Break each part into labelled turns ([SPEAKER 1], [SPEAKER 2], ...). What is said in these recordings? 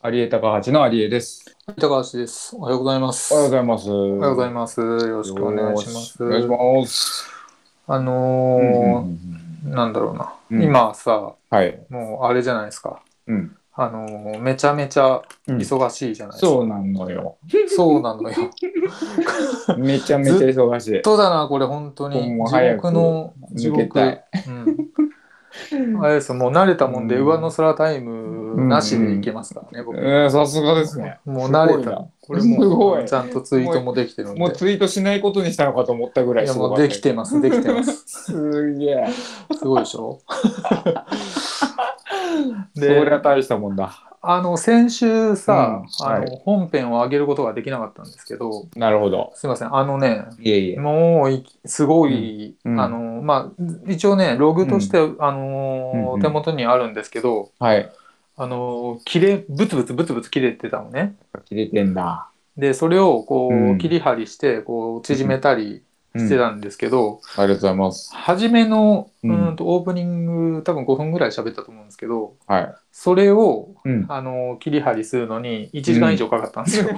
[SPEAKER 1] アリエ高橋のアリエです。
[SPEAKER 2] 高橋です。おはようございます。
[SPEAKER 1] おはようございます。お
[SPEAKER 2] おはようござい
[SPEAKER 1] ま
[SPEAKER 2] ます。よろしくお願いします。
[SPEAKER 1] お願いします。
[SPEAKER 2] あ
[SPEAKER 1] う
[SPEAKER 2] の
[SPEAKER 1] んうんう
[SPEAKER 2] ー
[SPEAKER 1] ん
[SPEAKER 2] なんだろうな、
[SPEAKER 1] うん
[SPEAKER 2] 今さ、
[SPEAKER 1] はい。
[SPEAKER 2] もうあれじゃないですか。
[SPEAKER 1] うん。
[SPEAKER 2] あのーめちゃめちゃ
[SPEAKER 1] うん
[SPEAKER 2] 忙しいじゃないですか。
[SPEAKER 1] そうなのよ。
[SPEAKER 2] そうなのよ。
[SPEAKER 1] めちゃめちゃ忙しい。
[SPEAKER 2] そうだな、これ本当に。
[SPEAKER 1] もう
[SPEAKER 2] 地
[SPEAKER 1] 早く
[SPEAKER 2] 獄の地
[SPEAKER 1] 抜け
[SPEAKER 2] 獄。
[SPEAKER 1] たい
[SPEAKER 2] うん。あれですよもう慣れたもんで、
[SPEAKER 1] うん
[SPEAKER 2] 上の空タイムなしでいけますからね、僕。
[SPEAKER 1] うん、さすがですね。
[SPEAKER 2] もう慣れ
[SPEAKER 1] すごいな
[SPEAKER 2] た。これ
[SPEAKER 1] すご
[SPEAKER 2] も
[SPEAKER 1] いう
[SPEAKER 2] ちゃんとツイートもできてるんで。
[SPEAKER 1] もうツイートしないことにしたのかと思ったぐらい
[SPEAKER 2] いやも
[SPEAKER 1] ご
[SPEAKER 2] う
[SPEAKER 1] かった
[SPEAKER 2] できてます、できてます。
[SPEAKER 1] すげえ。
[SPEAKER 2] すごいでし ょ
[SPEAKER 1] そりゃ
[SPEAKER 2] で
[SPEAKER 1] 大したもんだ。
[SPEAKER 2] あの先週さ、
[SPEAKER 1] うん
[SPEAKER 2] あの
[SPEAKER 1] は
[SPEAKER 2] 本編を上げることができなかったんですけど
[SPEAKER 1] なるほど。
[SPEAKER 2] すいませんあのね
[SPEAKER 1] いえいえ。
[SPEAKER 2] もういすごい、
[SPEAKER 1] うんうん
[SPEAKER 2] あのまあ一応ねログとして、あの
[SPEAKER 1] うんうん
[SPEAKER 2] 手元にあるんですけど、
[SPEAKER 1] はい。
[SPEAKER 2] あの切れブツブツブツブツ切れてたのね
[SPEAKER 1] 切れてんだ。
[SPEAKER 2] でそれをこう、
[SPEAKER 1] うん
[SPEAKER 2] 切り張りしてこう縮めたり
[SPEAKER 1] うん
[SPEAKER 2] してたんですけど、
[SPEAKER 1] ありがとうございます。
[SPEAKER 2] 初めのう
[SPEAKER 1] うん
[SPEAKER 2] ーんとオープニング多分5分ぐらい喋ったと思うんですけど
[SPEAKER 1] はい。
[SPEAKER 2] それを
[SPEAKER 1] うん。
[SPEAKER 2] あの切り張りするのに1時間以上かかったんですよ。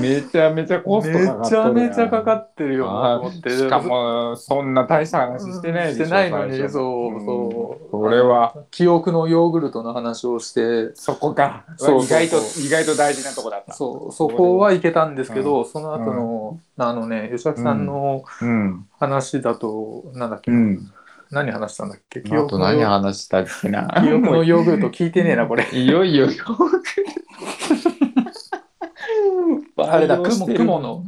[SPEAKER 1] めちゃめちゃコストかか
[SPEAKER 2] めちゃめちゃかか
[SPEAKER 1] っ
[SPEAKER 2] ってるよなと思って。
[SPEAKER 1] しかも、そんな大した話してないでしょ。
[SPEAKER 2] してないのに
[SPEAKER 1] 最初
[SPEAKER 2] そうそう
[SPEAKER 1] これは、
[SPEAKER 2] 記憶のヨーグルトの話をして
[SPEAKER 1] そこか。
[SPEAKER 2] そうそう
[SPEAKER 1] 意外と、意外と大事なとこだった。
[SPEAKER 2] そうそこはいけたんですけど、その後の、あのね吉崎さんの
[SPEAKER 1] うん。
[SPEAKER 2] 話だと、なんだっけ、
[SPEAKER 1] うん。
[SPEAKER 2] 何話したんだっけ記
[SPEAKER 1] あと
[SPEAKER 2] の
[SPEAKER 1] 何
[SPEAKER 2] ヨー
[SPEAKER 1] 話したっけな。
[SPEAKER 2] 記憶のヨーグルト聞いてねえなこれ。
[SPEAKER 1] いよいよよく。
[SPEAKER 2] あれだ雲雲の。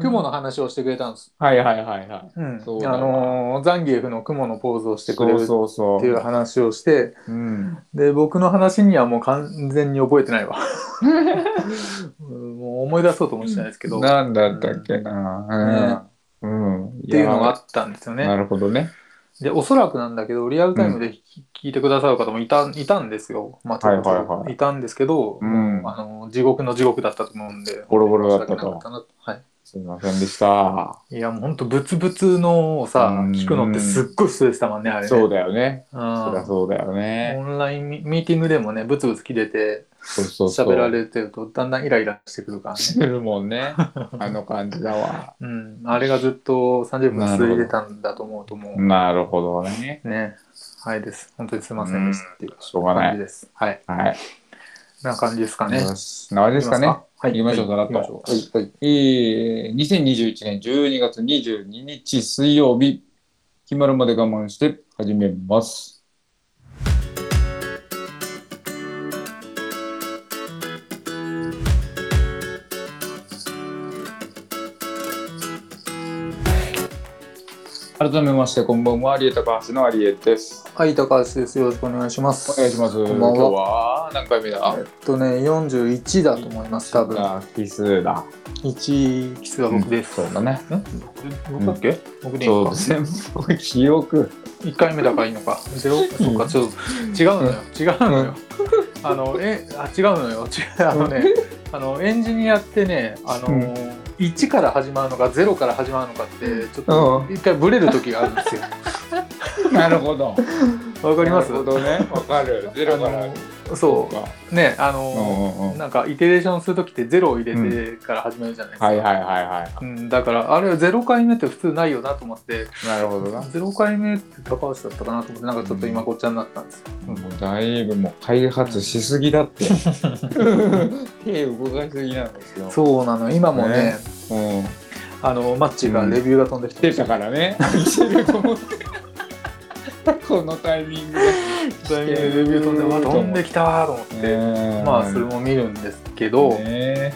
[SPEAKER 2] 雲の話をしてくれたんです。
[SPEAKER 1] はいはいはいはい。
[SPEAKER 2] うん、
[SPEAKER 1] そうだ
[SPEAKER 2] あ
[SPEAKER 1] な
[SPEAKER 2] のザンギエフの雲のポーズをしてくれるっ
[SPEAKER 1] そうそう
[SPEAKER 2] ていう
[SPEAKER 1] そ
[SPEAKER 2] 話をして。
[SPEAKER 1] う。うん。
[SPEAKER 2] で僕の話にはもう完全に覚えてないわうんもう思い出そうともしてないですけどっ
[SPEAKER 1] なんだったっけな。うん。って
[SPEAKER 2] いうのがあったんですよ
[SPEAKER 1] な
[SPEAKER 2] ね
[SPEAKER 1] るほどね。
[SPEAKER 2] でおそらくなんだけどリアルタイムで聞き聞いてくださる方もいたいたんですよまあちょっと、
[SPEAKER 1] はいはいはい
[SPEAKER 2] たんですけど、
[SPEAKER 1] うん
[SPEAKER 2] もうあの地獄の地獄だったと思うんで
[SPEAKER 1] ボロボロだった
[SPEAKER 2] 申し訳なか
[SPEAKER 1] と
[SPEAKER 2] っ。たなはい
[SPEAKER 1] すみませんでした。
[SPEAKER 2] いやもうほんとブツブツのをさ
[SPEAKER 1] うん
[SPEAKER 2] 聞くのってすっごいストレスたまんねあれね
[SPEAKER 1] そうだよね。
[SPEAKER 2] うん
[SPEAKER 1] そりゃそうだよね。
[SPEAKER 2] オンラインミミーティングでもねブツブツ切れて
[SPEAKER 1] そうそうそう。
[SPEAKER 2] 喋られてるとだんだんイライラしてくるからね
[SPEAKER 1] してるもん ね。あの感じだわ。
[SPEAKER 2] うん、あれがずっと30分続いてたんだと思うとも
[SPEAKER 1] なるほどね。
[SPEAKER 2] うねはいです本当にすいませんでしたっていう
[SPEAKER 1] しょうがな
[SPEAKER 2] 感じ
[SPEAKER 1] い。
[SPEAKER 2] ですはい
[SPEAKER 1] はい。
[SPEAKER 2] な感じですかね
[SPEAKER 1] よし。なわけですかね。
[SPEAKER 2] はい
[SPEAKER 1] 行きましょう
[SPEAKER 2] はい
[SPEAKER 1] さらっと
[SPEAKER 2] 行きましょうはい
[SPEAKER 1] えー、2021年12月22日水曜日、決まるまで我慢して始めます。改めまして、こんばんは、有江高橋の有江です。
[SPEAKER 2] はい高橋ですよろしくお願いします
[SPEAKER 1] お願いします。
[SPEAKER 2] こんば
[SPEAKER 1] 今
[SPEAKER 2] ん
[SPEAKER 1] 日
[SPEAKER 2] は
[SPEAKER 1] は何回目だ
[SPEAKER 2] えっとね41だと思います多分
[SPEAKER 1] あ奇数だ。
[SPEAKER 2] 1キスが僕です、
[SPEAKER 1] うんそうだね。
[SPEAKER 2] 僕だっけ、僕でいい
[SPEAKER 1] そ
[SPEAKER 2] の
[SPEAKER 1] う、
[SPEAKER 2] か
[SPEAKER 1] 全部記憶。
[SPEAKER 2] 1回目だからいいのかゼロそうかちょっと違うのよ違うのよあのえあ違うのよ違うあのねあのエンジニアってねあの、
[SPEAKER 1] うん
[SPEAKER 2] 1から始まるのか0から始まるのかってちょっと
[SPEAKER 1] う
[SPEAKER 2] 一回ブレる時があるんですよ
[SPEAKER 1] なるほど。
[SPEAKER 2] わかります
[SPEAKER 1] なるほどね。わかる。ゼロから。
[SPEAKER 2] そ
[SPEAKER 1] か。
[SPEAKER 2] うねあ
[SPEAKER 1] う
[SPEAKER 2] の、
[SPEAKER 1] んうんうん。
[SPEAKER 2] なんかイテレーションする時って0を入れてから始めるじゃないですか、
[SPEAKER 1] はいはいはいは
[SPEAKER 2] うん、だからあれは0回目って普通ないよなと思って
[SPEAKER 1] い。なるほどな。
[SPEAKER 2] 0回目って高橋だったかなと思ってなんかちょっと今ごっちゃになったんですよ、
[SPEAKER 1] もうだいぶもう開発しすぎだって。 手動かしすぎなんですよ。
[SPEAKER 2] そうなの今もね
[SPEAKER 1] ねうん。
[SPEAKER 2] あのマッチがレビューが飛んできて、
[SPEAKER 1] 出たから ね。してると思って。このタイミングで。
[SPEAKER 2] レビュー飛んでわ飛んできたと思って、まあそれも見るんですけど、
[SPEAKER 1] ね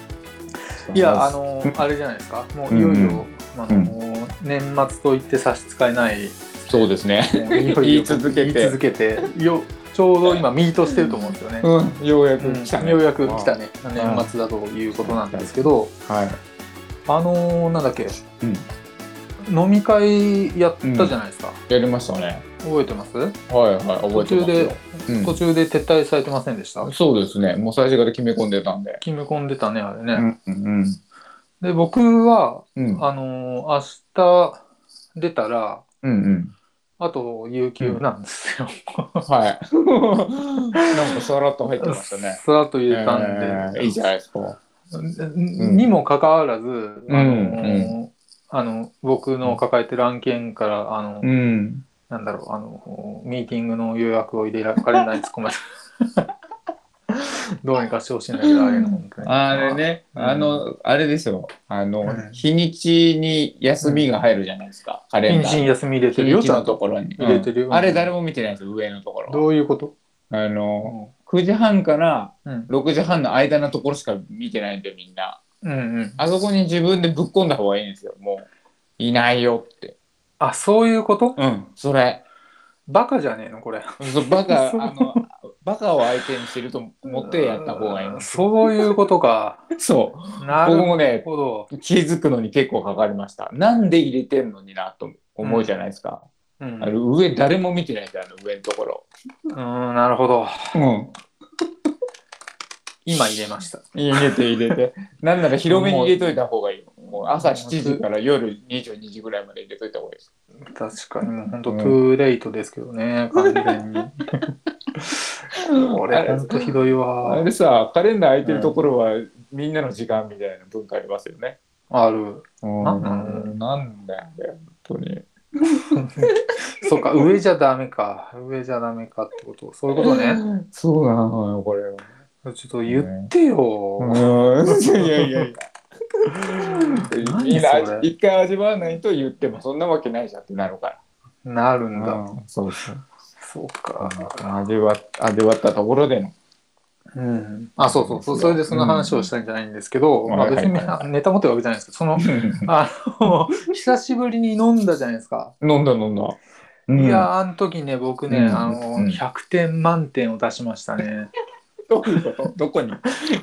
[SPEAKER 2] いやあのあれじゃないですかもういよいよ、あの年末と言って差し支え ない
[SPEAKER 1] そうですね。
[SPEAKER 2] もういよいよ
[SPEAKER 1] 言い続けて
[SPEAKER 2] 言い続けてよちょうど今ミートしてると思うんですよね、
[SPEAKER 1] うん。ようや
[SPEAKER 2] う
[SPEAKER 1] く
[SPEAKER 2] ん
[SPEAKER 1] 来たね。
[SPEAKER 2] ようやく来たね年末だということなんですけど
[SPEAKER 1] はい。
[SPEAKER 2] あのなんだっけ
[SPEAKER 1] うん。
[SPEAKER 2] 飲み会やったじゃないですか、
[SPEAKER 1] やりましたね。
[SPEAKER 2] 覚えてます
[SPEAKER 1] はいはい、覚えてますよ。うん
[SPEAKER 2] 途中で撤退されてませんでした、
[SPEAKER 1] そうですね。もう最初から決め込んでたんで。
[SPEAKER 2] 決め込んでたねあれね、
[SPEAKER 1] うんうん
[SPEAKER 2] で僕は
[SPEAKER 1] うん。うん
[SPEAKER 2] あのー明日出たら
[SPEAKER 1] うん
[SPEAKER 2] あと、有給なんですよ。
[SPEAKER 1] はい。 なんかさらっと入ってましたね。
[SPEAKER 2] さらっと言えたん
[SPEAKER 1] え
[SPEAKER 2] で。
[SPEAKER 1] ーいいじゃないですか。ん
[SPEAKER 2] にもかかわらず、あの
[SPEAKER 1] うん
[SPEAKER 2] あの僕の抱えてる案件から、あの、
[SPEAKER 1] うん。
[SPEAKER 2] なんだろう、あの、ミーティングの予約を入れられないです、ごめんなさいどうにかしてほしいんだけど、あれの本当に。
[SPEAKER 1] あれ。ね、
[SPEAKER 2] うん
[SPEAKER 1] あの、あれですよ。あの、
[SPEAKER 2] うん
[SPEAKER 1] 日にちに休みが入るじゃないですか、カレ
[SPEAKER 2] 妊
[SPEAKER 1] ンダー
[SPEAKER 2] 娠
[SPEAKER 1] に。
[SPEAKER 2] 休み入れ
[SPEAKER 1] 日
[SPEAKER 2] てるよ、
[SPEAKER 1] に
[SPEAKER 2] ち
[SPEAKER 1] ち
[SPEAKER 2] ゃ
[SPEAKER 1] の
[SPEAKER 2] んと。
[SPEAKER 1] ところに。
[SPEAKER 2] 入れてるよ
[SPEAKER 1] うんあれ誰も見てないですよ、上のところは。
[SPEAKER 2] どういうこと
[SPEAKER 1] あの、9時半から
[SPEAKER 2] うん。
[SPEAKER 1] 6時半の間のところしか見てないんで、みんな。
[SPEAKER 2] うんうん。
[SPEAKER 1] あそこに自分でぶっ込んだ方がいいんですよ、もう。いないよって。
[SPEAKER 2] あ、そういうこと
[SPEAKER 1] うん、それ。
[SPEAKER 2] バカじゃねえの、これ。
[SPEAKER 1] そうバカ、あ
[SPEAKER 2] そう
[SPEAKER 1] の、バカを相手にしてると思ってやった方がいいん
[SPEAKER 2] うん
[SPEAKER 1] です。
[SPEAKER 2] そういうこ とか。
[SPEAKER 1] そう。
[SPEAKER 2] な
[SPEAKER 1] 僕
[SPEAKER 2] る
[SPEAKER 1] もね、
[SPEAKER 2] ほど。
[SPEAKER 1] 気づくのに結構かかりました。なんで入れてんのになと思うじゃないですか。
[SPEAKER 2] うん、
[SPEAKER 1] あの上、誰も見てないじゃん、あの上のところ。
[SPEAKER 2] うん、なるほど。
[SPEAKER 1] うん。
[SPEAKER 2] 今入れました。
[SPEAKER 1] 入れて入れて。 なんなら広めに入れといた方がいいよ。もう朝7時から夜22時ぐらいまで入れといた方がいいです。
[SPEAKER 2] 確かにもう本当、
[SPEAKER 1] う
[SPEAKER 2] ト
[SPEAKER 1] ん
[SPEAKER 2] ゥーレイトですけ どね、完全に。こ
[SPEAKER 1] あ
[SPEAKER 2] れ
[SPEAKER 1] れ
[SPEAKER 2] 本当ひどい
[SPEAKER 1] あれ
[SPEAKER 2] わ。
[SPEAKER 1] でさ、カレンダー空いてるところは、みんなの時間みたいな文化ありますよね。
[SPEAKER 2] ある。
[SPEAKER 1] うん
[SPEAKER 2] なんなん
[SPEAKER 1] なんだよ、本当に。
[SPEAKER 2] そっか、上じゃダメか。上じゃダメかってこと。そういうことね。
[SPEAKER 1] そうなのよ、これは。
[SPEAKER 2] ちょっと言ってよ。
[SPEAKER 1] う ん、いやいやいや。みんな
[SPEAKER 2] 何それ
[SPEAKER 1] 一回味わわないと言ってもそんなわけないじゃんってなるか
[SPEAKER 2] なるん
[SPEAKER 1] ら。
[SPEAKER 2] だ。
[SPEAKER 1] うんそうそう。
[SPEAKER 2] そうか。
[SPEAKER 1] 味わ味わったところでの。
[SPEAKER 2] うん。あ、そうそうそう。それでその話をしたいんじゃないんですけど、
[SPEAKER 1] うん
[SPEAKER 2] まあ別に
[SPEAKER 1] はいはい
[SPEAKER 2] ネタ持ってるわけじゃないですけど、その、あの、 久しぶりに飲んだじゃないですか。
[SPEAKER 1] 飲んだ飲んだ。うん
[SPEAKER 2] いやー、あの時ね、僕ね、
[SPEAKER 1] うん
[SPEAKER 2] あ
[SPEAKER 1] う
[SPEAKER 2] の、
[SPEAKER 1] ん
[SPEAKER 2] 100点満点を出しましたね。
[SPEAKER 1] どういうこと どこに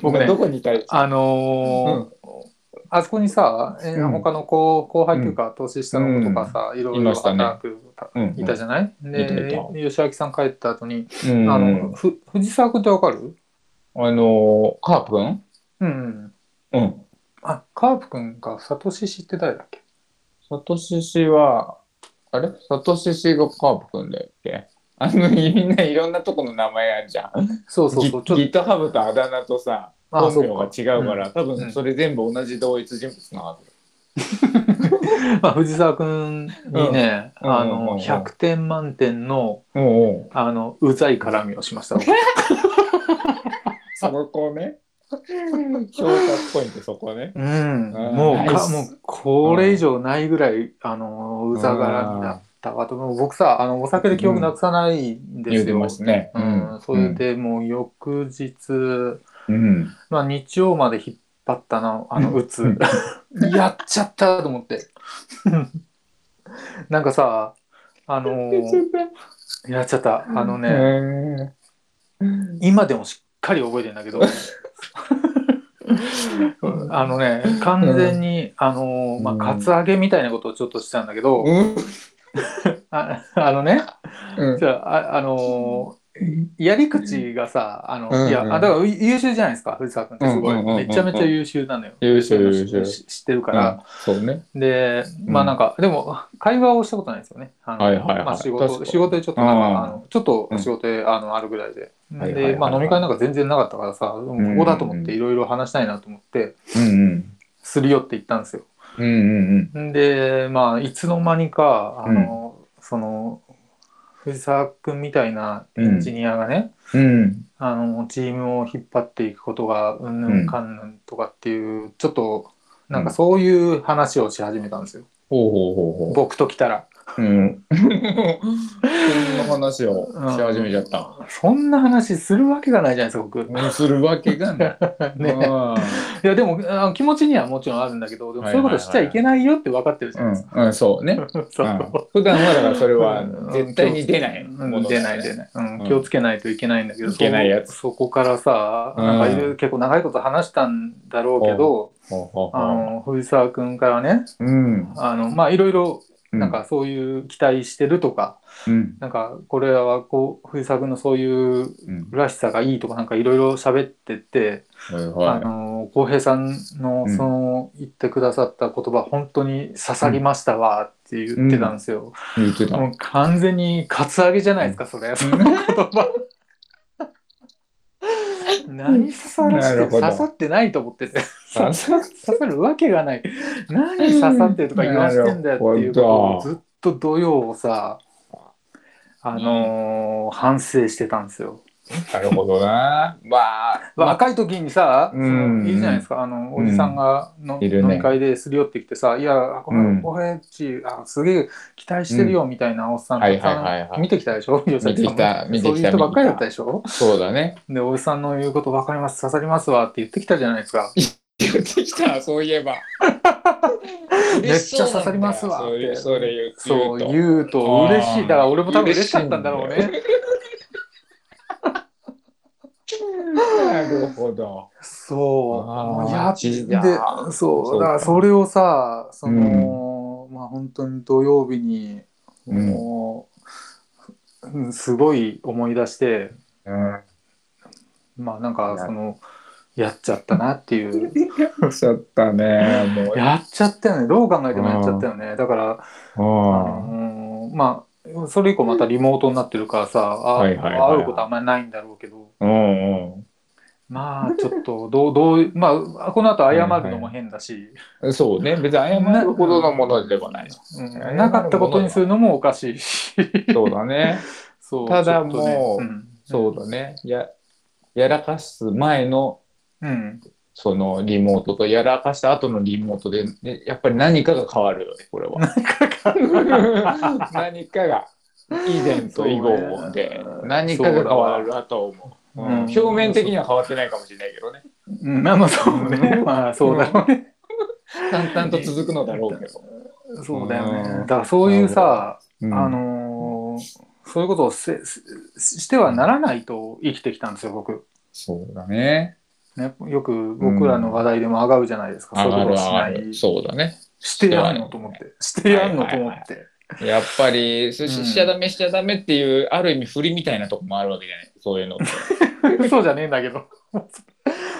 [SPEAKER 2] 僕ね
[SPEAKER 1] どこにいたい
[SPEAKER 2] あのーあそこにさ、え
[SPEAKER 1] うん
[SPEAKER 2] 他の後後輩というか、年下の子とかさ、いろ
[SPEAKER 1] い
[SPEAKER 2] いろ
[SPEAKER 1] ましたね
[SPEAKER 2] 働くた
[SPEAKER 1] うん
[SPEAKER 2] いたじゃない、
[SPEAKER 1] いたい
[SPEAKER 2] で
[SPEAKER 1] た、
[SPEAKER 2] 吉明さん帰った後に、
[SPEAKER 1] うん
[SPEAKER 2] あの、ふ藤沢君ってわかる
[SPEAKER 1] あのー、カープン
[SPEAKER 2] うんう
[SPEAKER 1] う
[SPEAKER 2] ん。
[SPEAKER 1] ん。
[SPEAKER 2] あ、カープ君がサトシ知って誰だっけ
[SPEAKER 1] サトシシは、あれサトシシがカープくんだよっけあの、みんないろんなとこの名前あるじゃん。
[SPEAKER 2] そうそうそう、ちょっ
[SPEAKER 1] ギ GitHub とあだ名とさ、
[SPEAKER 2] あ
[SPEAKER 1] 本名
[SPEAKER 2] そ
[SPEAKER 1] が
[SPEAKER 2] うか
[SPEAKER 1] 違うから、多
[SPEAKER 2] う
[SPEAKER 1] 分
[SPEAKER 2] ん
[SPEAKER 1] それ全部同じ同一人物なはず。
[SPEAKER 2] と、まあ、藤沢君にね、
[SPEAKER 1] うん
[SPEAKER 2] あ
[SPEAKER 1] うんうんうんう
[SPEAKER 2] の、
[SPEAKER 1] ん
[SPEAKER 2] 100点満点の、
[SPEAKER 1] おうおう。
[SPEAKER 2] あの、うざい絡みをしました。僕
[SPEAKER 1] そこね。評価ポイントそこね。
[SPEAKER 2] うん、
[SPEAKER 1] うん
[SPEAKER 2] もう
[SPEAKER 1] ナイ
[SPEAKER 2] か
[SPEAKER 1] ス
[SPEAKER 2] もうこれ以上ないぐらい、あのうざがらみだったわともう僕さあのお酒で記憶なくさないんですよ、
[SPEAKER 1] 言うてましたね。
[SPEAKER 2] うん、それ。でもう翌日、
[SPEAKER 1] うん。
[SPEAKER 2] まあ、日曜まで引っ張ったなあの
[SPEAKER 1] うん
[SPEAKER 2] 打つやっちゃったと思ってなんかさあのやっちゃったあのね、
[SPEAKER 1] ね。
[SPEAKER 2] 今でもしっかり覚えてんだけどあのね完全に、あのまあ
[SPEAKER 1] うん
[SPEAKER 2] カツアゲみたいなことをちょっとしたんだけど、
[SPEAKER 1] うん。
[SPEAKER 2] ああのね
[SPEAKER 1] うん
[SPEAKER 2] じゃあああのやり口がさあの、
[SPEAKER 1] うん
[SPEAKER 2] いや
[SPEAKER 1] うん
[SPEAKER 2] あだからう優秀じゃないですか藤沢君ってすごい、
[SPEAKER 1] うんうんうんうん
[SPEAKER 2] めちゃめちゃ優秀なのよ
[SPEAKER 1] 優秀優秀
[SPEAKER 2] し知ってるから、
[SPEAKER 1] そうね。
[SPEAKER 2] でまあなんか、でも会話をしたことないですよねあの
[SPEAKER 1] はいはいはい
[SPEAKER 2] まあ、仕
[SPEAKER 1] 確か
[SPEAKER 2] 事
[SPEAKER 1] に
[SPEAKER 2] 仕事でちょっとなん
[SPEAKER 1] うん
[SPEAKER 2] かあのちょっと仕事で、あのあるぐらいで、
[SPEAKER 1] はいはいはい
[SPEAKER 2] で、まあ、飲み会なんか全然なかったからさ、
[SPEAKER 1] ん
[SPEAKER 2] ここだと思っていろいろ話したいなと思って、
[SPEAKER 1] うん
[SPEAKER 2] するよって言ったんですよ
[SPEAKER 1] うん。うんうん
[SPEAKER 2] でまあいつの間にかあの、その藤沢君みたいなエンジニアがね、
[SPEAKER 1] うん。うん。
[SPEAKER 2] あのチームを引っ張っていくことがうんぬんかんぬんとかっていう、ちょっとなんかそういう話をし始めたんですよ、
[SPEAKER 1] ほうほうほうほ
[SPEAKER 2] 僕と来たら
[SPEAKER 1] う。うん。そんな話をし始めちゃった。
[SPEAKER 2] そんな話するわけがないじゃないですか僕
[SPEAKER 1] するわけがない。
[SPEAKER 2] ねいやでもあの気持ちにはもちろんあるんだけどでもそういうことしちゃいけないよって分かってるじゃ
[SPEAKER 1] う
[SPEAKER 2] ないです
[SPEAKER 1] ん。うん、そうね。
[SPEAKER 2] か、
[SPEAKER 1] う
[SPEAKER 2] そう、
[SPEAKER 1] ん普段はだからそれは絶対に出ない
[SPEAKER 2] うん
[SPEAKER 1] もの
[SPEAKER 2] 出
[SPEAKER 1] だよ
[SPEAKER 2] ない
[SPEAKER 1] ね
[SPEAKER 2] 出ない、うん
[SPEAKER 1] うん
[SPEAKER 2] 気をつけないといけないんだけど
[SPEAKER 1] いけないやつ
[SPEAKER 2] そそこからさ
[SPEAKER 1] うん
[SPEAKER 2] なんかいろいろ結構長いこと話したんだろうけど、
[SPEAKER 1] ほうほう
[SPEAKER 2] あ
[SPEAKER 1] ほ
[SPEAKER 2] の藤沢君からね
[SPEAKER 1] ううん。
[SPEAKER 2] あのまあいろいろ
[SPEAKER 1] うん
[SPEAKER 2] なんかそういう期待してるとか、
[SPEAKER 1] うん
[SPEAKER 2] なんかこれはこう、藤作のそういう
[SPEAKER 1] うん
[SPEAKER 2] らしさがいいとかなんかいろいろ喋ってて、
[SPEAKER 1] はい
[SPEAKER 2] あ
[SPEAKER 1] は
[SPEAKER 2] の浩平さんの
[SPEAKER 1] うん
[SPEAKER 2] その言ってくださった言葉、本当に刺さりましたわって言ってたんですよ、
[SPEAKER 1] い言ってた
[SPEAKER 2] もう完全にカツアゲじゃないですかそれ、その言葉何刺さら
[SPEAKER 1] な
[SPEAKER 2] して
[SPEAKER 1] るほど
[SPEAKER 2] 刺さってないと思ってて刺
[SPEAKER 1] 刺さ
[SPEAKER 2] さるわけがない何刺さってるとか言わしてんだよっていうことをずっと土曜をさあのー反省してたんですよ
[SPEAKER 1] なるほどなまあ
[SPEAKER 2] まあ
[SPEAKER 1] まあ
[SPEAKER 2] 若い時にさ、そ
[SPEAKER 1] うん
[SPEAKER 2] のいいじゃないですか、あの、
[SPEAKER 1] う
[SPEAKER 2] お
[SPEAKER 1] ん
[SPEAKER 2] じさんがの、
[SPEAKER 1] いるね
[SPEAKER 2] 飲み会ですり寄ってきてさ、いや、こ
[SPEAKER 1] うん
[SPEAKER 2] の、これっち、あ、すげえ期待してるよ、みたいなおっさん
[SPEAKER 1] はい
[SPEAKER 2] と
[SPEAKER 1] はいはいはい
[SPEAKER 2] 見てきたでしょ見
[SPEAKER 1] 見てきた見てきた
[SPEAKER 2] そういう人ばっかりだったでしょ
[SPEAKER 1] そうだね
[SPEAKER 2] で、おじさんの言うこと分かります、刺さりますわって言ってきたじゃないですか。
[SPEAKER 1] 言ってきたそういえば
[SPEAKER 2] めっちゃ刺さりますわ
[SPEAKER 1] 嬉しそうなんだよそれ
[SPEAKER 2] そう、
[SPEAKER 1] それ言う
[SPEAKER 2] 言うと嬉しい。だから俺も多分嬉しかったんだろう
[SPEAKER 1] 嬉しいん
[SPEAKER 2] ね。
[SPEAKER 1] となるほど
[SPEAKER 2] そう。
[SPEAKER 1] あー
[SPEAKER 2] いや
[SPEAKER 1] ちい
[SPEAKER 2] で
[SPEAKER 1] やー
[SPEAKER 2] そ
[SPEAKER 1] そうか
[SPEAKER 2] う、だからそれをさ、その、まあ本当に土曜日に、
[SPEAKER 1] うん
[SPEAKER 2] もううん、すごい思い出して、
[SPEAKER 1] う
[SPEAKER 2] まあなんか
[SPEAKER 1] いや
[SPEAKER 2] その、やっちゃったなっていう。
[SPEAKER 1] んおっしゃったねもう
[SPEAKER 2] やっちゃったよね。どう考えてもやっちゃったよね。だから、あ
[SPEAKER 1] あ
[SPEAKER 2] のーまあ、それ以降またリモートになってるからさ、あ
[SPEAKER 1] はいはいはいはい
[SPEAKER 2] 会うことあんまりないんだろうけど、
[SPEAKER 1] あうんうん
[SPEAKER 2] まあちょっと、どう、どう、まあ、この後謝るのも変だし、
[SPEAKER 1] そうね、別に謝るほどのものではない。
[SPEAKER 2] うんなかったことにするのもおかしいし。
[SPEAKER 1] そうだね。
[SPEAKER 2] そう
[SPEAKER 1] ただ
[SPEAKER 2] ちょっとね
[SPEAKER 1] もう
[SPEAKER 2] うん
[SPEAKER 1] そうだね。や、やらかす前の、
[SPEAKER 2] うん、
[SPEAKER 1] そのリモートとやらかした後のリモートで、ね、やっぱり何かが変わるよね、これは。 何かが、以前と以後で、何かが変わるなと思う。
[SPEAKER 2] そ
[SPEAKER 1] う
[SPEAKER 2] うだわ
[SPEAKER 1] ん
[SPEAKER 2] うん
[SPEAKER 1] 表面的には変わってないかもしれないけどね。
[SPEAKER 2] うんまあまあそうね、まあそうだろうね、
[SPEAKER 1] 淡々と続くのだろうけど。
[SPEAKER 2] そうだよ
[SPEAKER 1] うん
[SPEAKER 2] ね。だからそういうさ、
[SPEAKER 1] うん
[SPEAKER 2] あのーそういうことをせせしてはならないと生きてきたんですよ、僕。
[SPEAKER 1] そうだね。
[SPEAKER 2] ね、よく僕らの話題でもあがうじゃないですか、
[SPEAKER 1] 上
[SPEAKER 2] そう
[SPEAKER 1] が
[SPEAKER 2] いうこ
[SPEAKER 1] る上
[SPEAKER 2] とをしな
[SPEAKER 1] が
[SPEAKER 2] い。
[SPEAKER 1] る。そうだね。
[SPEAKER 2] してやんのと思って、してやんのと思って。
[SPEAKER 1] やっぱりし
[SPEAKER 2] うん
[SPEAKER 1] しちゃダメしちゃダメっていうある意味振りみたいなとこもあるわけじゃないそういうのって
[SPEAKER 2] そうじゃねえんだけど。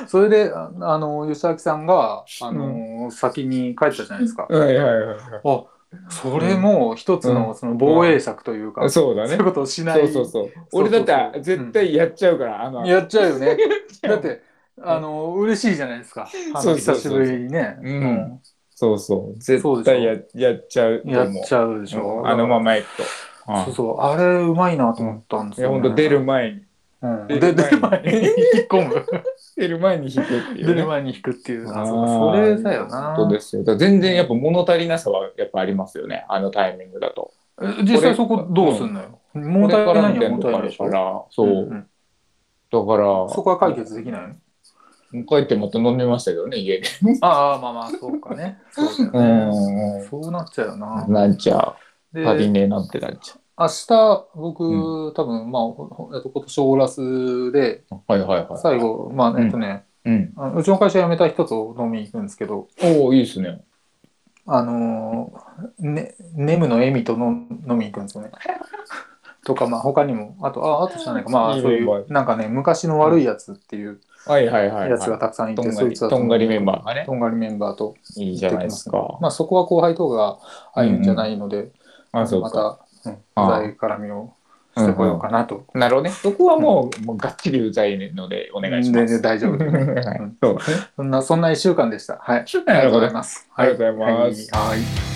[SPEAKER 2] それで、ああの、吉明さんが、あの、先に帰ったじゃないですか。
[SPEAKER 1] はいはいは
[SPEAKER 2] あそれも一つのその防衛策というか、
[SPEAKER 1] そうだ
[SPEAKER 2] そういうことをしない
[SPEAKER 1] そうそうそう俺だったら絶対やっちゃうからあの
[SPEAKER 2] やっちゃう よね
[SPEAKER 1] ちゃう
[SPEAKER 2] だってあの嬉しいじゃないですかあ
[SPEAKER 1] そ
[SPEAKER 2] の
[SPEAKER 1] うそう
[SPEAKER 2] 久
[SPEAKER 1] そ
[SPEAKER 2] し
[SPEAKER 1] う
[SPEAKER 2] ぶりにね、
[SPEAKER 1] うんそうそう絶対ややっちゃうと
[SPEAKER 2] う
[SPEAKER 1] 思
[SPEAKER 2] んや
[SPEAKER 1] う
[SPEAKER 2] っちゃうでしょ、
[SPEAKER 1] うんあのままいくとうん
[SPEAKER 2] そうそうあれうまいなと思ったんです
[SPEAKER 1] いや
[SPEAKER 2] よ、ね
[SPEAKER 1] 本当出る、前に
[SPEAKER 2] うん、
[SPEAKER 1] 出
[SPEAKER 2] で
[SPEAKER 1] る
[SPEAKER 2] 出
[SPEAKER 1] 前
[SPEAKER 2] る前に引っ込む
[SPEAKER 1] 出る前に引くってい
[SPEAKER 2] 出
[SPEAKER 1] う、ね
[SPEAKER 2] る、前に引くっていう
[SPEAKER 1] あ
[SPEAKER 2] あ
[SPEAKER 1] ー
[SPEAKER 2] そうかそれだよな
[SPEAKER 1] そうですよだから全然やっぱ物足りなさはやっぱありますよねあのタイミングだと
[SPEAKER 2] え実際そこどうすんのよ、問題
[SPEAKER 1] これから
[SPEAKER 2] ない
[SPEAKER 1] み
[SPEAKER 2] に
[SPEAKER 1] たい
[SPEAKER 2] は
[SPEAKER 1] なとこある
[SPEAKER 2] 問題でし
[SPEAKER 1] か
[SPEAKER 2] ょ
[SPEAKER 1] らそう、
[SPEAKER 2] ん
[SPEAKER 1] だ
[SPEAKER 2] ん
[SPEAKER 1] から
[SPEAKER 2] そこは解決できないの
[SPEAKER 1] 帰ってまた飲みましたけどね家で
[SPEAKER 2] ああまあまあそうかね そうだよね、
[SPEAKER 1] ん
[SPEAKER 2] そうなっちゃうよな、
[SPEAKER 1] なんちゃう、足り
[SPEAKER 2] で
[SPEAKER 1] ねえなってなっちゃ
[SPEAKER 2] 明日僕、
[SPEAKER 1] う
[SPEAKER 2] 多分まあほほえっと今年オーラスで
[SPEAKER 1] う。はいはいはい。
[SPEAKER 2] 最後まあえっとね、
[SPEAKER 1] うん。
[SPEAKER 2] あのうちの会社辞めた人と飲みに行くんですけど
[SPEAKER 1] おお、いいですね。
[SPEAKER 2] あのーねネムのエミとの飲みに行くんですよ ねとかまあ他にもあとああとじゃないかまあ
[SPEAKER 1] いい
[SPEAKER 2] そうい
[SPEAKER 1] メンバ
[SPEAKER 2] うなんかね昔の悪いやつっていう
[SPEAKER 1] はいはいはい、
[SPEAKER 2] やつが
[SPEAKER 1] は
[SPEAKER 2] たくさん
[SPEAKER 1] い。
[SPEAKER 2] い
[SPEAKER 1] と
[SPEAKER 2] て、
[SPEAKER 1] んが
[SPEAKER 2] そい
[SPEAKER 1] り、
[SPEAKER 2] つは
[SPEAKER 1] とんがりメンバーがね。
[SPEAKER 2] とんがりメンバーと
[SPEAKER 1] いいじゃないですか。
[SPEAKER 2] まあそこは後輩とかが入るんじゃないので、
[SPEAKER 1] あ、そう
[SPEAKER 2] ま
[SPEAKER 1] か。
[SPEAKER 2] た、うん、う
[SPEAKER 1] ああ
[SPEAKER 2] ざい絡みをしてこようかなと。
[SPEAKER 1] なるほどね。そこはもう、もうがっちりうざいのでお願いしま
[SPEAKER 2] 全
[SPEAKER 1] す。
[SPEAKER 2] 然大丈夫。
[SPEAKER 1] はいそうだね。
[SPEAKER 2] そんな、そんな一週間でした。はい。
[SPEAKER 1] な
[SPEAKER 2] あり
[SPEAKER 1] る
[SPEAKER 2] がとう
[SPEAKER 1] ほ
[SPEAKER 2] ござ
[SPEAKER 1] ど
[SPEAKER 2] い。ます。
[SPEAKER 1] ありがとうございます
[SPEAKER 2] はいはい